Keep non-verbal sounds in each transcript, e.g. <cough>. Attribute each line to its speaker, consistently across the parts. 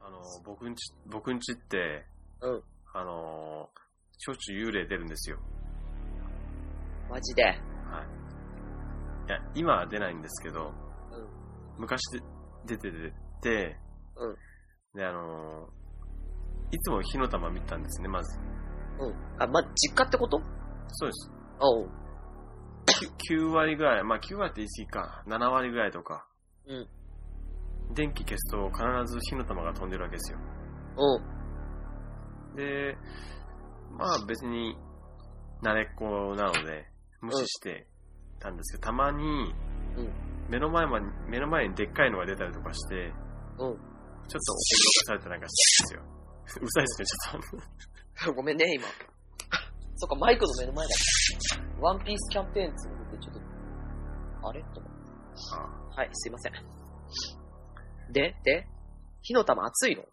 Speaker 1: あの、僕んち、僕んちって、
Speaker 2: うん。
Speaker 1: あの、しょっちゅう幽霊出るんですよ。
Speaker 2: マジで。
Speaker 1: いや、今は出ないんですけど、
Speaker 2: うん
Speaker 1: 昔で出てて、
Speaker 2: うん
Speaker 1: で、あの、いつも火の玉見たんですね、まず。
Speaker 2: うん。あ、ま、実家ってこと
Speaker 1: そうです。
Speaker 2: あうん。
Speaker 1: 9割ぐらい、まあ9割って言い過ぎか、7割ぐらいとか。
Speaker 2: うん
Speaker 1: 電気消すと必ず火の玉が飛んでるわけですよ。
Speaker 2: うん。
Speaker 1: で、まあ別に慣れっこなので、無視してたんですけど、たまに
Speaker 2: うん、
Speaker 1: 目の前まで目の前にでっかいのが出たりとかして、
Speaker 2: う
Speaker 1: ち
Speaker 2: ん。
Speaker 1: ょっと驚かされたりなんかしたんですよ。うる <laughs> さいですね、ちょっと。
Speaker 2: ごめんね、 <laughs> 今。そっか、マイクの目の前だ。ワンピースキャンペーンっつうので、ちょっと、あれと思ってはい、すいません。で、で、火の玉熱いの
Speaker 1: い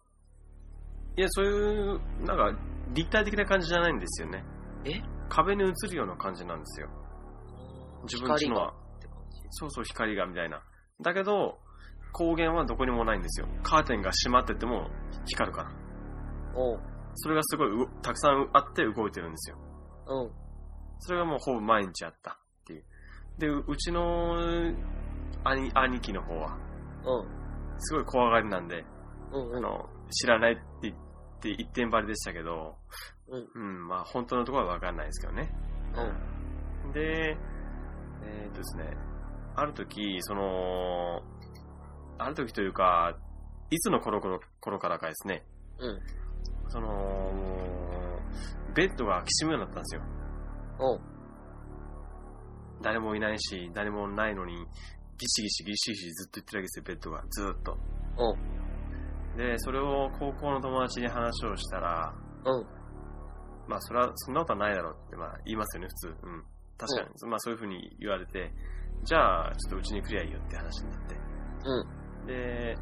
Speaker 1: や、そういう、なんか、立体的な感じじゃないんですよね。
Speaker 2: え
Speaker 1: 壁に映るような感じなんですよ。自分ちのは。
Speaker 2: 光がって感じ。
Speaker 1: そうそう、光がみたいな。だけど、光源はどこにもないんですよ。カーテンが閉まってても光るから。
Speaker 2: う
Speaker 1: それがすごいうごたくさんあって動いてるんですよ。
Speaker 2: ん、うん、
Speaker 1: それがもうほぼ毎日あったっていう。で、ううちの兄兄貴の方は、
Speaker 2: うん、
Speaker 1: すごい怖がりなんで、
Speaker 2: うん、
Speaker 1: あ
Speaker 2: うん。
Speaker 1: の、知らないって言って一点張りでしたけど、
Speaker 2: うん、
Speaker 1: うん、まあ本当のところはわかんないですけどね。うん。で、えーっとですね、ある時、その、ある時というか、いつの頃頃頃からかですね、
Speaker 2: うん、
Speaker 1: その、ベッドがきしむようになったんですよ。
Speaker 2: うん、
Speaker 1: 誰もいないし、誰もないのに、ギシギシギシギシずっと言ってるわけですよ、ベッドが。ずーっと。
Speaker 2: う
Speaker 1: で、それを高校の友達に話をしたら、
Speaker 2: うん。
Speaker 1: まあ、それは、そんなことはないだろうって、まあ、言いますよね、普通。うん。確かに。まあ、そういうふうに言われて、じゃあ、ちょっとうちに来りゃいいよって話になって。で、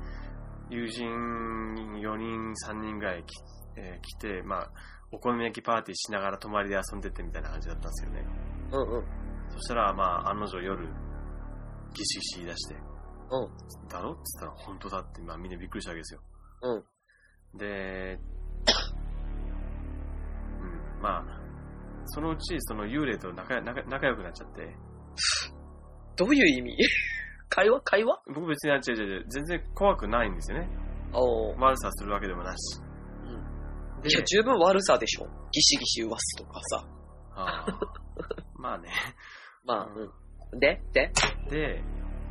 Speaker 1: 友人4人、3人ぐらい来,、えー来て、まあ、お好み焼きパーティーしながら泊まりで遊んでってみたいな感じだったんですよね。
Speaker 2: うん、うん、うん、
Speaker 1: そしたら、まあ、案の定夜、ギシギシ言い出して、
Speaker 2: うん、
Speaker 1: だろって言ったら、本当だって、まあ、みんなびっくりしたわけですよ。
Speaker 2: うん、
Speaker 1: で、 <coughs> うん、まあ、そのうち、その幽霊と仲仲仲良くなっちゃって、
Speaker 2: どういう意味 <laughs> 会話会話
Speaker 1: 僕別に、あ違う違う違う、全然怖くないんですよね。
Speaker 2: おう
Speaker 1: 悪さするわけでもなし。
Speaker 2: ん。
Speaker 1: で
Speaker 2: いや、十分悪さでしょ。ギシギシ言わすとかさ。
Speaker 1: あーまあね。
Speaker 2: まあ、うん。で、で、
Speaker 1: で、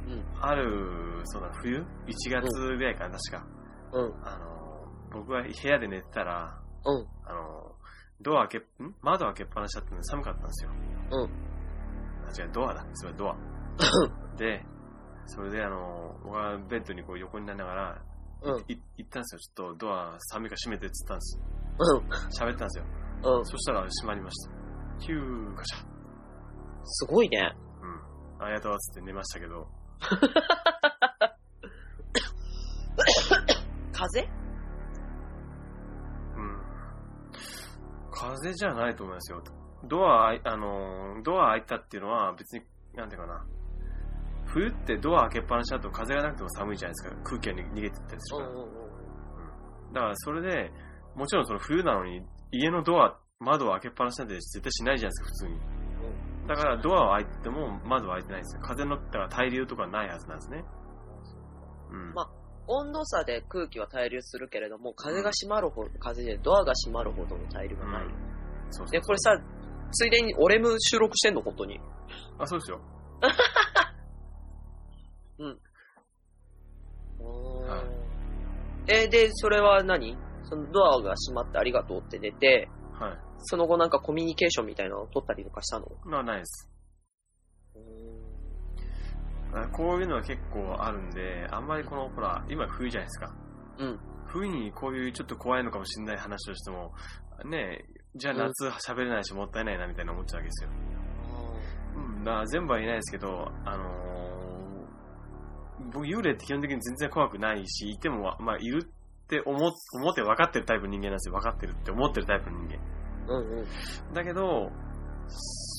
Speaker 2: うん
Speaker 1: ある、その冬 ?1 月ぐらいかな、確か。
Speaker 2: うん、
Speaker 1: あの、僕は部屋で寝てたら、
Speaker 2: うん、
Speaker 1: あの、ドア開け、ん窓開けっぱなしだったんで寒かったんですよ。
Speaker 2: うん
Speaker 1: あ、違う、ドアだ。それ
Speaker 2: <laughs>
Speaker 1: ドア。で、それであの、僕はベッドにこう横になりながら、
Speaker 2: うん、
Speaker 1: い行ったんですよ。ちょっとドア寒いから閉めてって言ったんです。
Speaker 2: うん、
Speaker 1: 喋ったんですよ。
Speaker 2: うん。
Speaker 1: そしたら閉まりました。ヒュー、ガシャ。
Speaker 2: すごいね。
Speaker 1: うん。ありがとうっつって寝ましたけど、
Speaker 2: 風
Speaker 1: うん。風邪じゃないと思いますよ。ドア開い、あのー、ドア開いたっていうのは別に、なんていうかな。冬ってドア開けっぱなしだと風がなくても寒いじゃないですか。空気が逃げてったりす
Speaker 2: う
Speaker 1: る
Speaker 2: ん
Speaker 1: から。
Speaker 2: うん
Speaker 1: だからそれで、もちろんその冬なのに、家のドア、窓を開けっぱなしなんて絶対しないじゃないですか、普通に。だからドアは開いてても窓は開いてないんですよ。風の、だから対流とかないはずなんですね。うん。
Speaker 2: ま温度差で空気は対流するけれども、風が閉まるほど、風でドアが閉まるほどの対流がない。
Speaker 1: そうそう
Speaker 2: で、これさ、ついでに俺も収録してんの、本当に。
Speaker 1: あ、そうですよ。はい
Speaker 2: えーで、それは何そのドアが閉まってありがとうって出て、
Speaker 1: はい。
Speaker 2: その後なんかコミュニケーションみたいなのを取ったりとかしたの
Speaker 1: のはないです。あこういうのは結構あるんで、あんまりこの、ほら、今冬じゃないですか。
Speaker 2: うん。
Speaker 1: 冬にこういうちょっと怖いのかもしれない話をしても、ねえ、じゃあ
Speaker 2: うん
Speaker 1: 夏喋れないしもったいないなみたいな思っちゃうわけですよ。うん、だから全部は言えないですけど、あのー僕幽霊って基本的に全然怖くないし、いてもわ、まあ、いるって思っ思って分かってるタイプの人間なんですよ。分かってるって思ってるタイプの人間。
Speaker 2: うんうん
Speaker 1: だけど、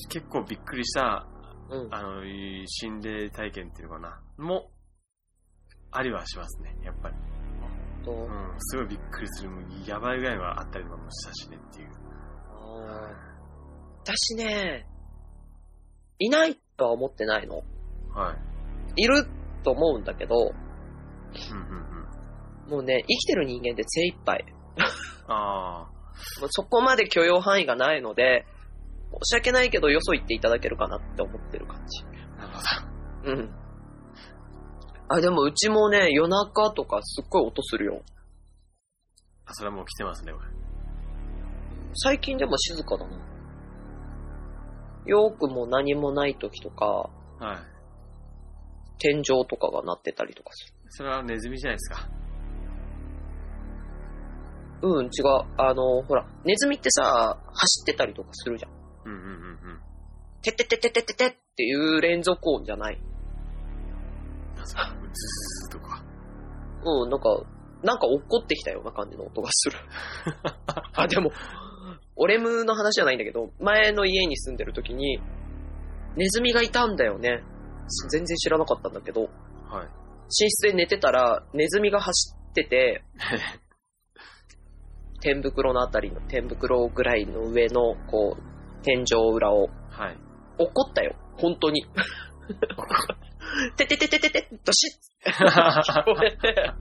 Speaker 1: 結構びっくりした
Speaker 2: うん。
Speaker 1: あの、いい心霊体験っていうのかな、も、ありはしますね、やっぱり。
Speaker 2: 当。
Speaker 1: うん、すごいびっくりする、もうやばいぐらいはあったりとかもしたしねっていう。
Speaker 2: あー私ね、いないとは思ってないの。
Speaker 1: はい。
Speaker 2: いると思うんだけど、
Speaker 1: うんうんうん。
Speaker 2: もうね、生きてる人間で精一杯。
Speaker 1: あ
Speaker 2: もうそこまで許容範囲がないので、申し訳ないけどよそ行っていただけるかなって思ってる感じ。
Speaker 1: あ、なるほ
Speaker 2: うん。あ、でもうちもね、夜中とかすっごい音するよ。
Speaker 1: ど。それはもう来てますね、これ。
Speaker 2: 最近でも静かだな。よくも何もない時とか、
Speaker 1: はい。
Speaker 2: 天井とかが鳴ってたりとかする。
Speaker 1: それはネズミじゃないですか。
Speaker 2: うん、違う。あの、ほら、ネズミってさ、走ってたりとかするじゃん。
Speaker 1: うんうんうんうん。
Speaker 2: てってってってってっててっていう連続音じゃない。
Speaker 1: なんすか、ズズズとか。
Speaker 2: うん、なんか、なんか落っこってきたような感じの音がする。あ、でも、俺ムの話じゃないんだけど、前の家に住んでる時に、ネズミがいたんだよね。し全然知らなかったんだけど、
Speaker 1: はい。
Speaker 2: 寝室で寝てたら、ネズミが走ってて、天袋のあたりの、天袋ぐらいの上の、こう、天井裏を、
Speaker 1: はい。
Speaker 2: 怒ったよ。本当に。 <laughs> てててててて、どしっごめんね。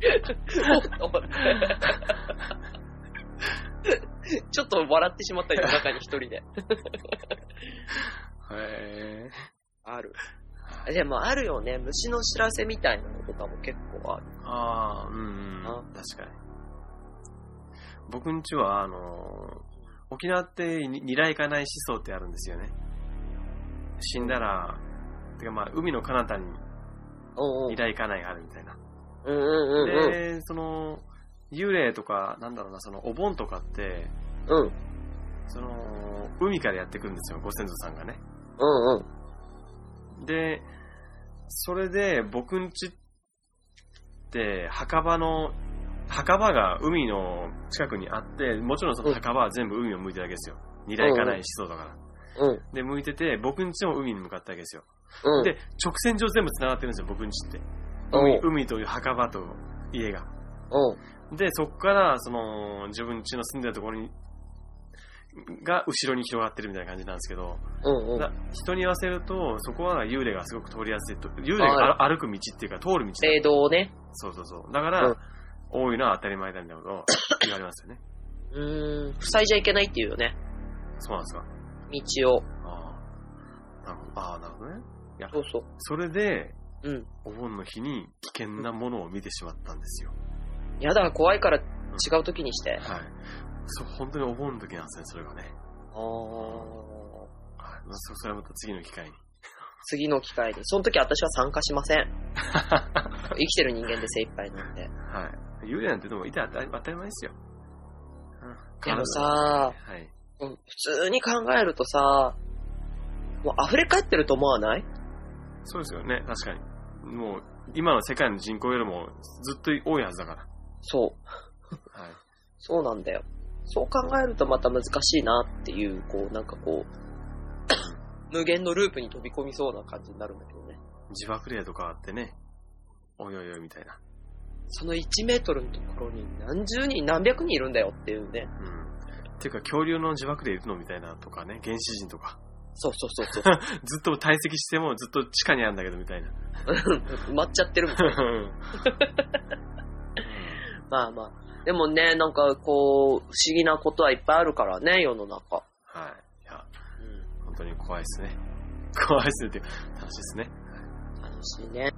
Speaker 2: おっと思って <laughs> ちょっと笑ってしまったよ、中に一人で。
Speaker 1: <laughs> へえ。
Speaker 2: ある。でもあるよね。虫の知らせみたいなのとかも結構ある。
Speaker 1: ああ、うんうん
Speaker 2: あ。
Speaker 1: 確かに。僕んちは、あのー沖縄ってにニライカナイ思想ってあるんですよね。死んだら、てかまあ、海の彼方に
Speaker 2: うんうん。
Speaker 1: ニライカナイがあるみたいな。
Speaker 2: うんうんうんうん。
Speaker 1: で、その、幽霊とか、なんだろうな、その、お盆とかって、
Speaker 2: うん
Speaker 1: その、海からやってくるんですよ、ご先祖さんがね。
Speaker 2: うんうん。
Speaker 1: で、それで僕んちって墓場の、墓場が海の近くにあって、もちろんその墓場は全部海を向いてるわけですよ。二台行かない思想だから。
Speaker 2: うん
Speaker 1: で、向いてて、僕んちも海に向かったわけですよ。
Speaker 2: うん。
Speaker 1: で、直線上全部繋がってるんですよ、僕んちって。
Speaker 2: うん
Speaker 1: 海海という墓場と家が。
Speaker 2: うん。
Speaker 1: で、そこから、その、自分家の住んでるところに、が後ろに広がってるみたいな感じなんですけど、
Speaker 2: うんうん。
Speaker 1: な人に言わせると、そこは幽霊がすごく通りやすいと、幽霊が歩く道っていうか、通る道
Speaker 2: 制度をね。
Speaker 1: そうそうそう。だから、
Speaker 2: うん
Speaker 1: 多いのは当たり前だみたいなことを言われますよね。
Speaker 2: うーん。塞いじゃいけないっていうよね。
Speaker 1: そうなんですか。
Speaker 2: 道を。
Speaker 1: ああ。なるほど。ああ、なるほどね。
Speaker 2: そうそう。
Speaker 1: それで、
Speaker 2: うん
Speaker 1: お盆の日に危険なものを見てしまったんですよ。
Speaker 2: やだ、怖いから違う時にして。
Speaker 1: はい。そう、本当にお盆の時なんですね、それがね。
Speaker 2: あー。
Speaker 1: はい。まあそそれはまた次の機
Speaker 2: <laughs>
Speaker 1: 会に。
Speaker 2: 次の機会に。その時私は参加しません。生きてる人間で精一杯なんで。
Speaker 1: はい。幽霊なんてでもいて当たり当たり前ですよ。うん
Speaker 2: でも、さ、
Speaker 1: はい。
Speaker 2: うん普通に考えるとさ、もう溢れ返ってると思わない
Speaker 1: そうですよね、確かに。もう、今の世界の人口よりもずっと多いはずだから。
Speaker 2: そう。
Speaker 1: はい。
Speaker 2: そうなんだよ。そう考えるとまた難しいなっていう、こう、 <coughs> なんかこう、無限のループに飛び込みそうな感じになるんだけどね。
Speaker 1: 自爆霊とかあってね、おいおいおいみたいな。
Speaker 2: その1メートルのところに何十人、何百人いるんだよっていうね。
Speaker 1: うん。っていうか、恐竜の自爆霊いるのみたいなとかね、原始人とか。 <laughs>
Speaker 2: そうそうそうそう。
Speaker 1: ずっと堆積してもずっと地下にあるんだけどみたい <laughs> な。
Speaker 2: <laughs> 埋まっちゃってるみたいな
Speaker 1: うん
Speaker 2: まあまあ。でもね、なんかこう、不思議なことはいっぱいあるからね、世の中。
Speaker 1: はい。いや、
Speaker 2: う
Speaker 1: 本当に怖いですね。怖いですねっていうか、楽しいですね。
Speaker 2: ん。楽しいね。